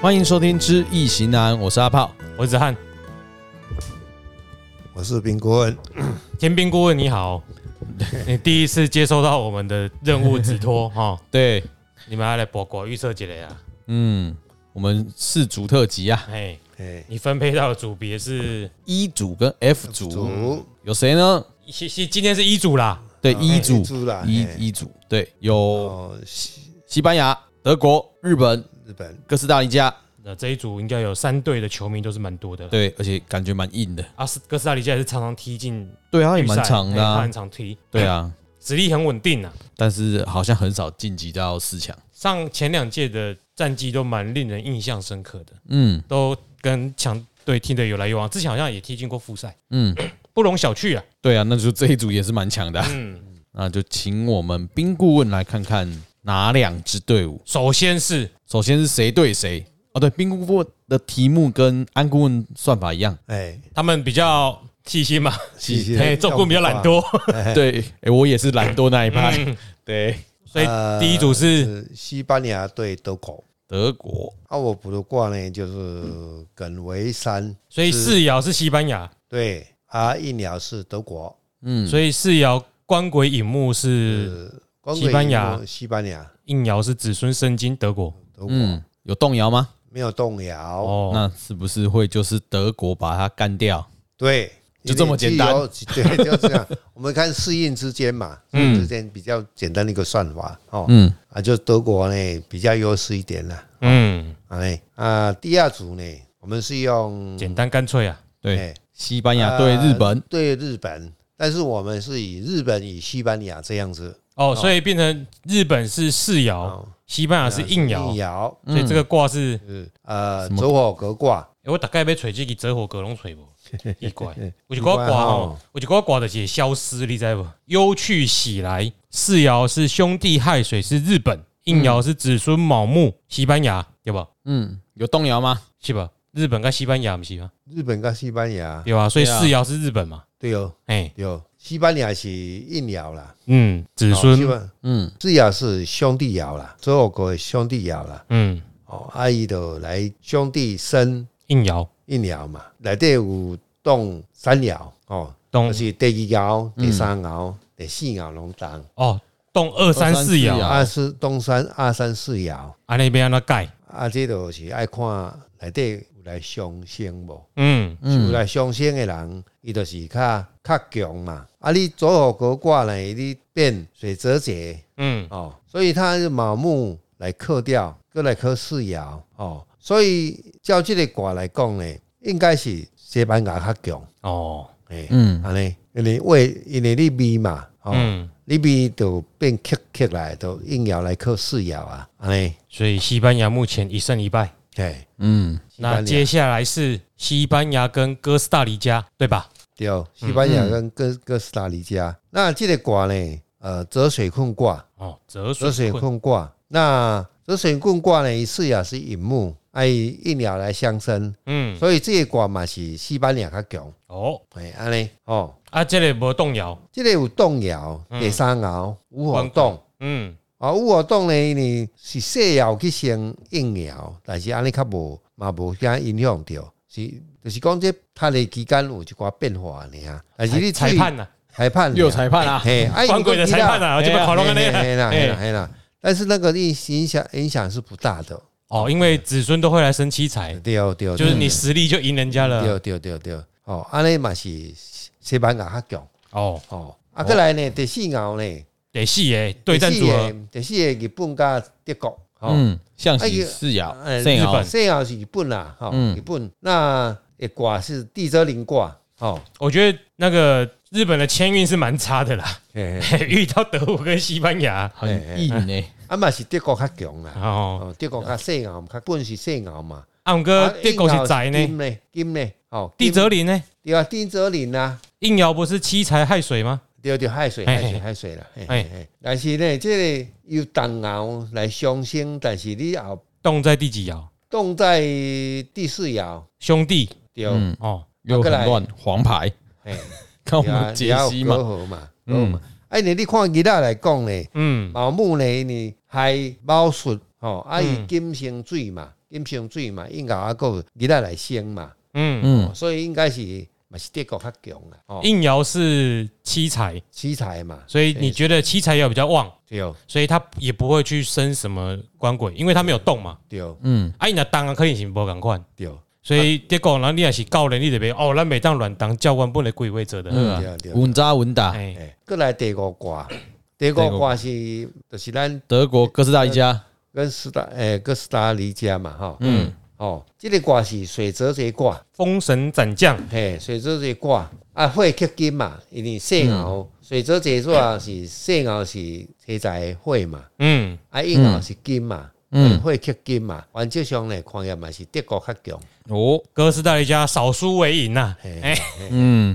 欢迎收听《知易行难》，我是阿炮。我是子翰，我是冰顾问，天兵顾问你 好，你第一次接收到我们的任务指 托哈、哦，对，你们要来博果预测几类啊？嗯，我们四组特辑啊，哎，哎，你分配到的组别是一组跟 F 组，啊主有谁呢？今今今天是一组啦，对，哦一一组组啦，一嘿一组，对，有哦，西西班牙、德国、日本、日本哥斯达黎加，那这一组应该有三队的球迷都是蛮多的啦。对，而且感觉蛮硬的，阿斯哥斯达黎加也是常常踢进对啊，也预赛，蛮长的、哎他啊很，常踢，对，啊，实力很稳定啊。但是好像很少晋级到四强，上前两届的战绩都蛮令人印象深刻的，嗯都跟强队踢得有来有往，之前好像也踢进过复赛，嗯，不容小觑啊。对啊，那就这一组也是蛮强的啊、嗯，那就请我们冰顾问来看看哪两支队伍。首先是首先是谁对谁？哦，对，冰顾问的题目跟安顾问算法一样。哎，他们比较细心嘛，谢谢嘿，总顾问比较懒，惰， 对，嗯诶我也是懒惰那一派。 对，所以呃第一组是是西班牙对德国。德国，啊，我补的卦呢，就是艮为山，所以是四爻是西班牙，对啊，一鸟是德国，嗯，所以四爻官鬼引木是是光西班牙鬼一木西班牙，应爻是子孙生金德国德国嗯，有动摇吗？没有动摇，哦，那是不是会就是德国把它干掉？对，就这么简单因为既有，对，就这样。 我们看适应之间嘛，适应之间比较简单的一个算法哦，嗯啊，就德国呢比较优势一点啦。嗯，哎啊，第二组呢，我们是用简单干脆啊，对，哎西班牙对日本呃，对日本，但是我们是以日本与西班牙这样子哦，所以变成日本是四爻，哦，西班牙是应应爻，爻所以这个卦是，是呃走火格卦，诶我大概被锤这个折火格龙锤不？奇怪，有一个卦哦，有一个卦就是消失，你知不？忧去喜来，四爻是兄弟亥水是日本，应爻是子孙卯木西班牙，对吧？嗯，有动摇吗？是吧？日本跟西班牙不是吗？日本跟西班牙对吧？所以对啊四爻是日本嘛？对哦哎，对哦，西班牙是应爻啦，嗯，子哦西孙，班嗯日爻是兄弟爻啦，走火格兄弟爻啦，嗯，哦，阿姨的来兄弟生应爻，应爻嘛，内底有动三爻哦，嗯动就是第二爻、第三爻、第四爻拢动。啊哦，动二三四二三四爻爻，二四东山二三四爻，啊那边那盖，啊，这就是爱看内底有来相星无，嗯，是有嗯来相星的人，伊就是较较强嘛。啊，你左手国卦呢，你变水泽节嗯，哦，所以它是卯木来克掉，再来克四爻哦，所以照这个卦来讲呢，应该是西班牙较强，哦，诶、嗯安尼，因为为因为你味嘛，哦，嗯，你味就变克克来，就应爻来克四爻啊，安尼，所以西班牙目前一胜一败。嘿，嗯，西班牙那接下来是西班牙跟哥斯达黎加，对吧？对，西班牙跟哥哥斯达黎加，那这个卦呢，呃，泽水困卦，哦，折泽水水困，困卦，那泽水困卦呢，是也是引木，哎，一鸟来相生，嗯，所以这个卦嘛是西班牙较强，哦，哎，安尼哦，啊，这里无动摇，这个有动爻，嗯第三爻，无火关动。嗯，啊，有活动呢，呢是细爻去先应爻，但是安尼较无嘛无啥影响着，是就是讲这它的期间有一寡变化尔，但是你裁注意判啊呐，裁判又有尔裁判啊，嘿，啊官鬼的裁判啊，呐，就被考龙嘿跟那嘿嘿啦，嘿啦，个，嘿啦。但是那个影影响影响是不大的，哦，因为子孙都会来生七彩，对哦，对哦，就是你实力就赢人家对了，哦，对哦，对哦，对哦。哦，安尼嘛是西班牙较强哦，哦。啊，过来呢，第四爻呢，得戏耶，对战组合，第四个，第四个日本加德国，哦，嗯，象哎棋呀四爻，哎四日爻本，四爻是日本啦，哈，嗯日本那一卦是地泽临卦，哦，我觉得那个日本的签运是蛮差的啦， 嘿嘿遇到德国跟西班牙，很硬欸呢。啊嘛是德国较强啦，哦，哦，德国较四爻，较本是四爻嘛，啊，我啊哥德国是宅硬爻是金呢，呢，金呢，哦，地金泽林呢，对啊，丁泽林啊，应爻不是七财亥水吗？对对，海水嘿海嘿水海水啦。嘿嘿嘿嘿但是呢，这个有动爻来相生，但是你后动在第几爻？动在第四爻，兄弟，对，嗯，哦，又很乱，黄牌。嘿， 看我们解析嘛你要有隔，阂嘛，隔阂嘛。哎，你你看其他来讲呢，嗯，毛木呢，你还猫术吼，啊，嗯伊金生水嘛，饮上水嘛，应该啊有日仔来升嘛，嗯，嗯，所以应该是嘛是德国较强啦，哦，应爻是七财，奇才嘛，所以你觉得七财爻比较旺，对哦所以他也不会去生什么官鬼，因为他没有动嘛。对哦嗯，啊啊，伊若动啊，肯定是无共款。对哦所以结果，然后你也是教人，你就别哦，咱每当乱动，教官不能归位者的。对对啊啊对啊，稳扎稳打，哎，诶，过来第五卦，第第五五卦是就是咱德国哥斯达黎加，跟斯达诶跟斯达黎加嘛，吼，嗯，哦，即个卦是水泽这卦，封神斩将，嘿，水泽这卦啊，火克金嘛，因为细牛水泽这卦是细牛是车载火嘛，嗯，啊，硬牛是金嘛，嗯，嗯火克金嘛，原则上来看也嘛是德国较强，哦，哥斯达黎加少输为赢呐。嘿哎，嗯，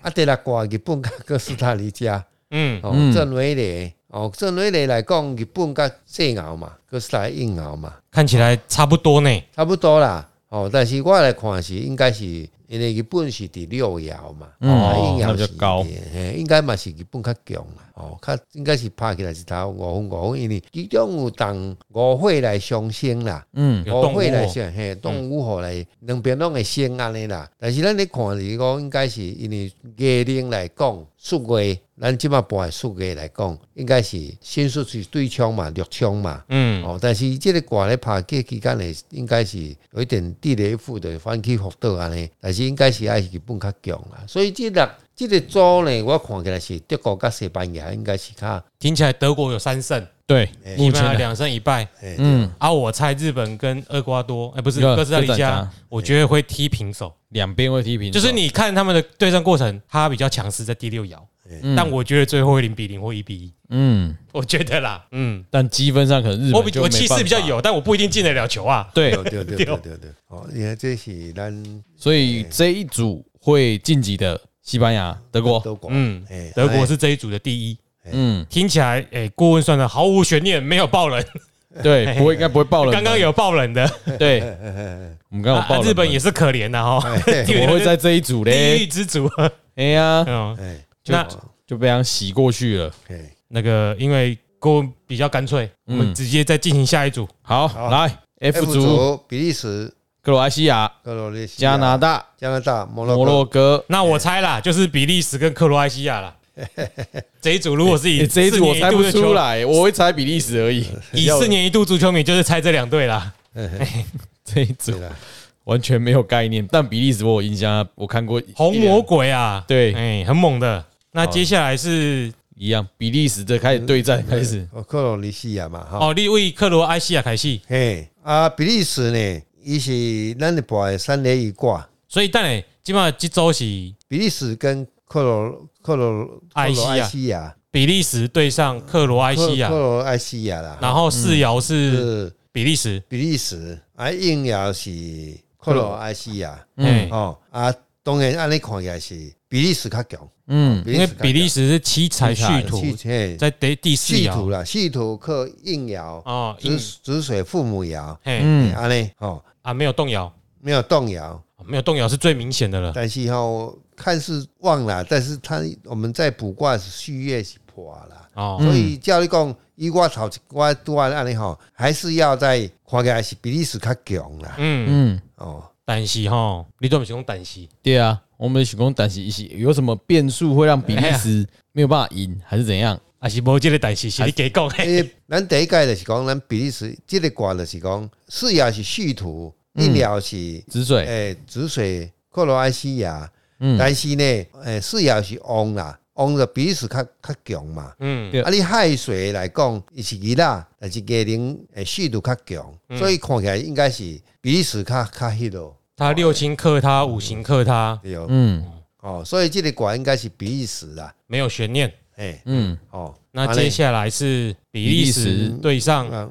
啊，第六卦日本甲哥斯达黎加。嗯，哦，嗯正伟咧，哦，正伟咧来讲，日本甲细牛嘛，哥斯达硬牛嘛，看起来差不多呢。差不多啦。哦，但是我来看是应该是，因为日本是第六爻嘛，嗯啊哦硬爻那是比较高第嘿，应该嘛是日本较强啦。哦，较应该是拍起来是头五分五分，因为其中有同五火来相生啦，嗯，有五动物火来哦，相嘿，动物火来两边拢会生安尼啦。但是咱咧看是讲，应该是因为月龄来讲，数月咱即马盘的数月来讲，应该是先数是对冲嘛，六冲嘛。嗯，哦，但是即个卦咧拍过期间咧，应该是有一点地雷负的反起覆倒安尼，但是应该是还是日本较强啦。所以即六即个组咧，我看起来是德国甲西班牙应该是较，听起来德国有三胜，对，西目班牙前的，两胜哎一败。嗯，啊，我猜日本跟厄瓜多，哎，不是对哥斯达黎哥斯达黎加加，我觉得会踢平手。两边会踢平手，就是你看他们的对战过程，他比较强势在第六爻，嗯，但我觉得最后会零比零或一比一，嗯，我觉得啦，嗯，但积分上可能日我本比就我没气办法势比较，有，但我不一定进得了球啊。对，对对对对对对。哦，你看这是咱所以这一组会晋级的西班牙、德国，德国，嗯嘿，德国是这一组的第一，嗯，听起来，哎，顾问算的毫无悬念，没有爆冷， 对，不会应该不会爆冷，刚刚有爆冷的，对， 我们刚刚有啊爆冷，日本也是可怜哦的哈，哎我会在这一组地嘞狱，之主，哎呀， 嗯，哎那就被他洗过去了。哎，那个因为顾问比较干脆，我们嗯直接再进行下一组，好，来 F 组，哎比利时、克罗埃西亚、克罗地亚加拿、大、加拿大、摩洛摩哥，洛哥。那我猜啦，就是比利时跟克罗埃西 亚啦。这一组如果是以欸这一四组我年猜一度不的出球，来，我会猜比利时而已。以四年一度足球迷就是猜这两队啦。 这一对组啦，完全没有概念，但比利时我有印象，啊我看过红魔鬼啊，对哎，很猛的。那接下来是一样，比利时的开始对战开始，哦克罗地亚嘛，哈。哦，利为克罗埃西亚凯西，嘿，啊，比利时呢，伊是咱的博的三连一挂，所以但诶，基本上这周是比利时跟克罗克罗埃克西罗亚埃西亚，比利时对上克罗埃克西亚克，罗埃西亚啦，然后四嗯爻是是比利时，比利时，啊，硬要是克罗埃西亚，嗯，哦，啊，当然按你看起来是比利时较强，嗯，因为比利时时是七彩七彩续较强图，去嘿，在第第四系图爻啦，系图克硬爻，啊哦，止止水父母爻，哎嗯，安尼哦，啊没有动摇，没有动摇。没有动摇是最明显的了。但是哈、看似旺啦，但是他我们在卜卦是虚月是破啦，嗯哦，所以照你讲，以我头一我拄安安尼吼，还是要在看起来是比利时较强啦，嗯。嗯，哦，但是吼，你都不是讲但是，对啊，我们许工担心一些有什么变数会让比利时没有办法赢，还是怎样？还是无这个但是是你给讲的。诶，咱第一届就是讲，咱比利时这个卦就是讲，四爻是戌土，一爻是止哎水，诶止水克罗埃西亚，嗯，但是呢，诶四爻是旺啦，旺就比利时较较强嘛。 嗯对啊，你海水来讲，伊是伊啦，但是家庭诶速度较强，嗯所以看起来应该是比利时较较迄咯，他六亲克他，五行克他，对哦。嗯哦，所以这个卦应该是比利时啦，没有悬念。诶、嗯，哦，那接下来是比利比利时时对上安尼、啊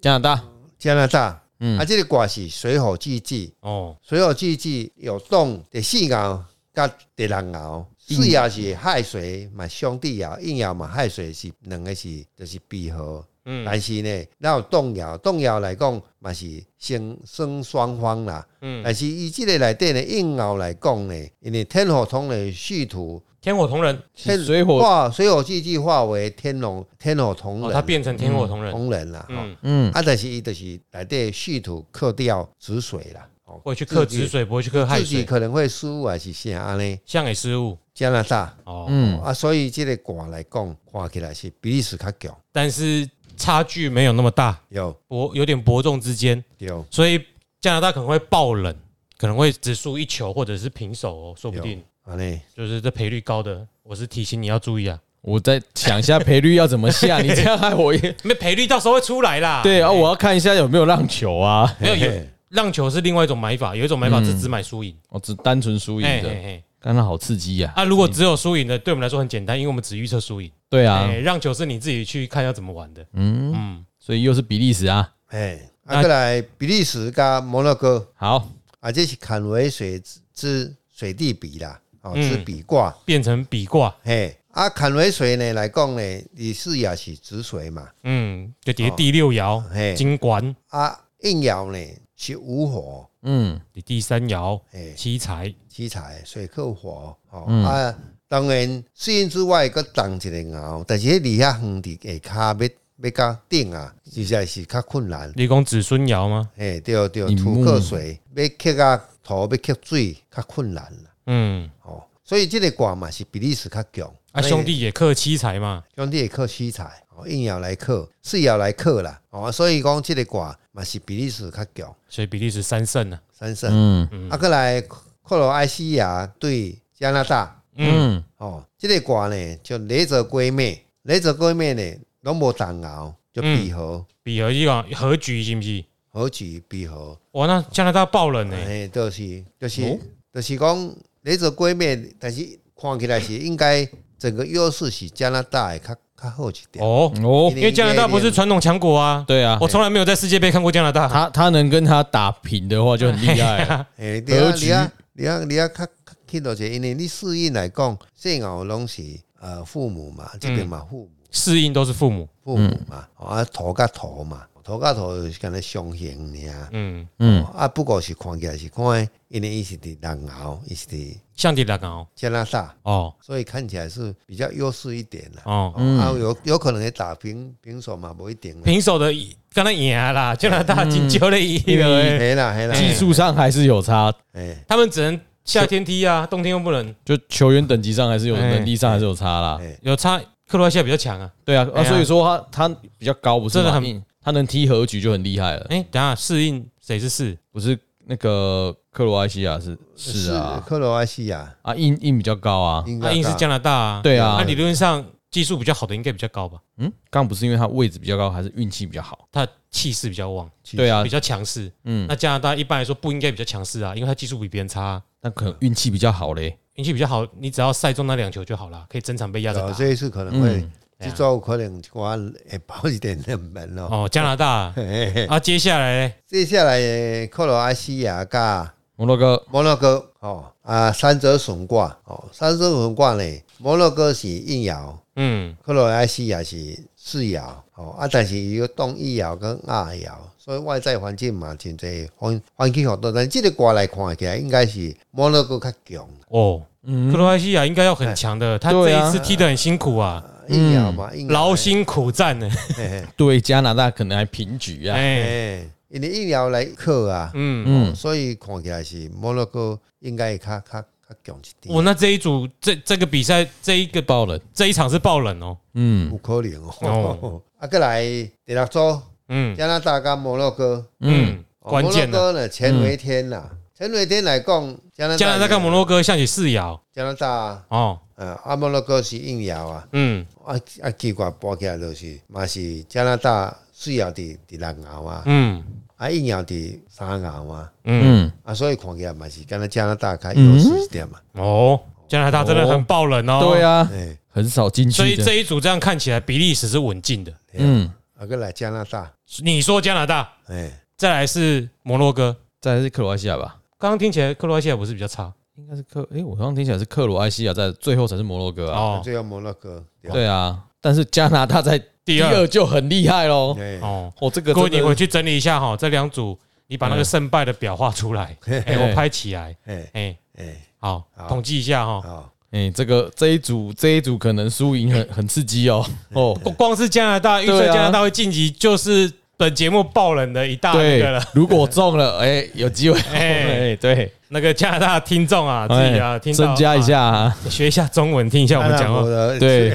加拿大，加拿大，嗯啊，这个卦是水火既济，哦，水火既济有动第四爻甲第六爻，嗯四爻是亥水嘛，兄弟爻，应爻嘛，亥水是两个是就是闭合。嗯但是呢，那有动摇，动摇来讲嘛是先生双方啦。嗯但是伊即个内底呢，硬拗来讲呢，因为天火通的续土天火同人，是水火化水火既济化为天龙天火同人，哦，他变成天火同人，同人啦，嗯嗯，嗯，啊，但是伊就是来对续土克掉止水啦，哦会去克止水，不会去克害自己水，可能会输还是啥安尼？像给失误加拿大、哦，嗯，啊，所以这个卦来讲，看起来是比利时较强，但是差距没有那么大，有伯有点伯仲之间，有所以加拿大可能会爆冷，可能会只输一球或者是平手哦，说不定安尼。就是这赔率高的，我是提醒你要注意啊，我在想一下赔率要怎么下，你 这样害我也因为赔率到时候会出来啦。对啊，哎我要看一下有没有让球啊，没有嘿有嘿让球是另外一种买法，有一种买法是嗯只买输赢，我只单纯输赢哎的，哎哎，刚刚好刺激呀，啊，如果只有输赢的，对我们来说很简单，因为我们只预测输赢，对啊，哎，让球是你自己去看要怎么玩的，嗯，嗯，所以又是比利时啊，哎，那啊，再来比利时加摩洛哥，好，啊，这是坎维水之之水地比啦，哦，嗯之比卦，变成比卦，嘿，啊，坎维水呢来讲呢，你是也是止水嘛，嗯，就叠第六爻嘿，金管，啊，应爻呢是无火，嗯，第三爻嘿，七财，七彩水克火，哦，嗯啊，当然虽然之外，佮当一个爻，但是迄离遐远伫下骹要要甲顶啊，实在是较困难，你讲子孙爻吗？嘿，对对，引土木克水，要克啊土，要克水，较困难啦。嗯，哦，所以这个卦嘛是比利时较强。啊，兄弟也克七财嘛，兄弟也克七彩，哦，硬要来克，四爻来克啦。哦，所以讲这个卦嘛是比利时较强，所以比利时三胜啊。三胜。嗯啊，过来克罗埃西亚对加拿大，嗯，哦，这个卦呢就雷泽归妹，雷泽归妹呢拢无动摇，就闭合，比和一个和局是不是？何举闭合，哇，那加拿大爆冷呢、哎，就是就是、哦就是讲雷泽归妹，但是看起来是应该整个优势是加拿大的较较好一点。哦，哦，因为加拿大不是传统强国啊，对啊，我从来没有在世界杯看过加拿大。他他能跟他打平的话就很厉害哎了，诶，你啊格，局你啊，你啊，你啊，较较去到者，因为你适应来讲，姓牛拢是呃父母嘛，这边嘛父母适应都是父母，父母嘛，啊土甲土嘛，土甲土是敢若相形尔。嗯，嗯啊，不过是看起来是看，因为伊是伫南澳，伊是伫像迪拉高加拿大，哦所以看起来是比较优势一点啦。哦，嗯啊，有有可能会打平平手嘛，不一定啦。平手的刚才赢嗯啦，加拿大进球了一了、欸，嘿啦嘿啦，技术上还是有差，哎他们只能夏天踢啊，冬天又不能，就球员等级上还是有能力上还是有差啦。哎，有差。克罗埃西亚比较强啊，对啊，哎啊，呀所以说他他比较高，不是真的吗很你他能踢和局就很厉害了，哎、等一下适应谁是四？不是那个克罗埃西亚是是啊克罗埃西亚，啊硬硬比较高啊，应那、该硬是加拿大啊，对哎那、啊，理论上技术比较好的应该比较高吧，嗯，刚不是因为他位置比较高，还是运气比较好？他气势比较旺，对啊比，较强势。嗯，那加拿大一般来说不应该比较强势啊，因为他技术比别人差、啊，那可能运气比较好嘞。运气比较好，你只要赛中那两球就好了，可以整场被压着哦打。这一次可能会嗯，这周可能我会跑一点冷门咯。哦，加拿大嘿嘿嘿啊，接下来呢接下来的克罗埃西亚加摩洛哥，摩洛哥哦啊，三折损卦哦，三折损卦呢，摩洛哥是硬爻，嗯，克罗埃西亚是四爻哦啊，但是伊有动一爻跟二爻，所以外在环境嘛，真侪环环境好多，但这个卦来看起来应该是摩洛哥较强，哦，克罗埃西亚应该要很强的，他这对啊一次踢得很辛苦啊，硬爻嘛，硬爻劳辛苦战呢。嘿嘿对加拿大可能还平局啊。哎，嘿，因为硬爻来克啊，嗯，嗯，所以看起来是摩洛哥应该会较较较强一点，我哦那这一组这这个比赛这一个爆冷，这一场是爆冷哦，嗯有可能哦。哦 啊，再来第六组嗯加拿大跟摩洛哥，嗯，嗯，哦关键摩的洛哥呢前为天啦，前为天来讲，加拿大加拿大跟摩洛洛哥像起四爻加拿大，哦，呃，啊摩洛哥是硬摇啊，嗯啊啊奇怪，搬起来就是嘛是加拿大四摇伫伫六摇啊，嗯啊硬摇伫三摇啊，嗯，嗯，啊所以看起来嘛是敢若加拿大较啊优势一点嘛，哦，加拿大真的很爆冷哦，对啊，哎，很少进所以去的。这一组这样看起来，比利时是稳进的。嗯，啊再来加拿大，你说加拿大，哎，再来是摩洛哥。再来是克罗埃西亚吧。刚刚听起来克罗埃西亚不是比较差应该是克，诶，我刚刚听起来是克罗埃西亚在最后才是摩洛哥啊。哦，最后摩洛哥，吧，对啊，但是加拿大在第第二二就很厉害喽。哎，哦。哦，这个各位，真你回的去整理一下哈，这两组你把那个胜哎败的表画出来，哎，我拍起来，哎哎，哎，好，好统计一下哈。好，哎，这个这一组这一组可能输赢很很刺激哦哦，光光是加拿大预测对啊加拿大会晋级，就是本节目爆冷的一大那个对了。，如果中了， 哎，有机会， 哎哎，对，那个加拿大的听众啊，自己啊，哎听到增加一，下啊，啊学一下中文，听一下我们讲啊 话。 的对，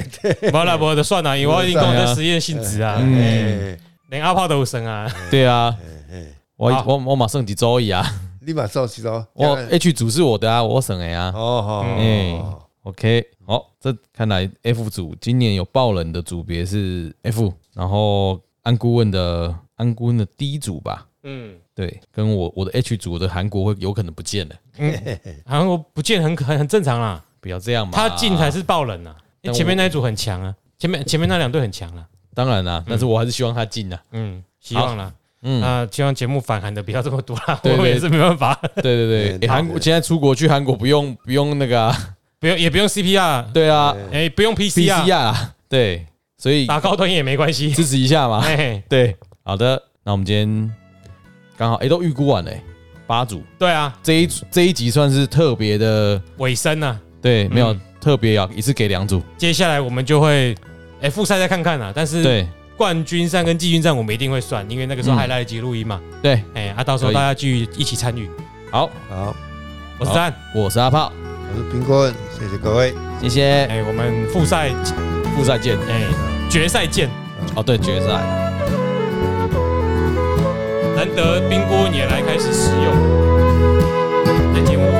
巴拉伯的算了，因为我已经讲这实验性质啊，哎嗯哎连阿炮都有生啊。对啊，我好我我马上几周一啊，立马收起咯。我哦 H 组是我的啊，我省 A 啊哦嗯哎，OK，好，这看来 F 组今年有爆冷的组别是 F，然后安顾问的安顾问的第一组吧，嗯，对，跟我我的 H 组我的韩国会有可能不见了，韩国不见很很很正常啦，不要这样嘛，他进才是爆冷啊，因但为我前面那一组很强啊，前面前面那两队很强啊。当然啦、但是我还是希望他进 啊，嗯，希望啦。嗯那希望节目反韩的不要这么多啦，我对对也是没办法，对对嗯对，诶韩国现在出国去韩国不用不用那个、啊，不用也不用 CPR，对啊哎，不用，PCR PCR，啊，对，所以打高端也没关系。支持一下嘛，哎，对，好的，那我们今天刚好诶都预估完了、诶八组。对啊，这一组这一集算是特别的，尾声啊，对，没有、嗯特别要一次给两组，接下来我们就会哎复赛再看看啦，但是对冠军战跟季军战我们一定会算，因为那个时候还来得及录音嘛。对，哎，啊，到时候可以大家继续一起参与。好，好，我是好赞，我是阿炮，我是苹果，谢谢各位，谢谢，哎，我们复赛，复赛见，哎，决赛见。哦，对，决赛。难得冰锅你也来开始使用，在节目。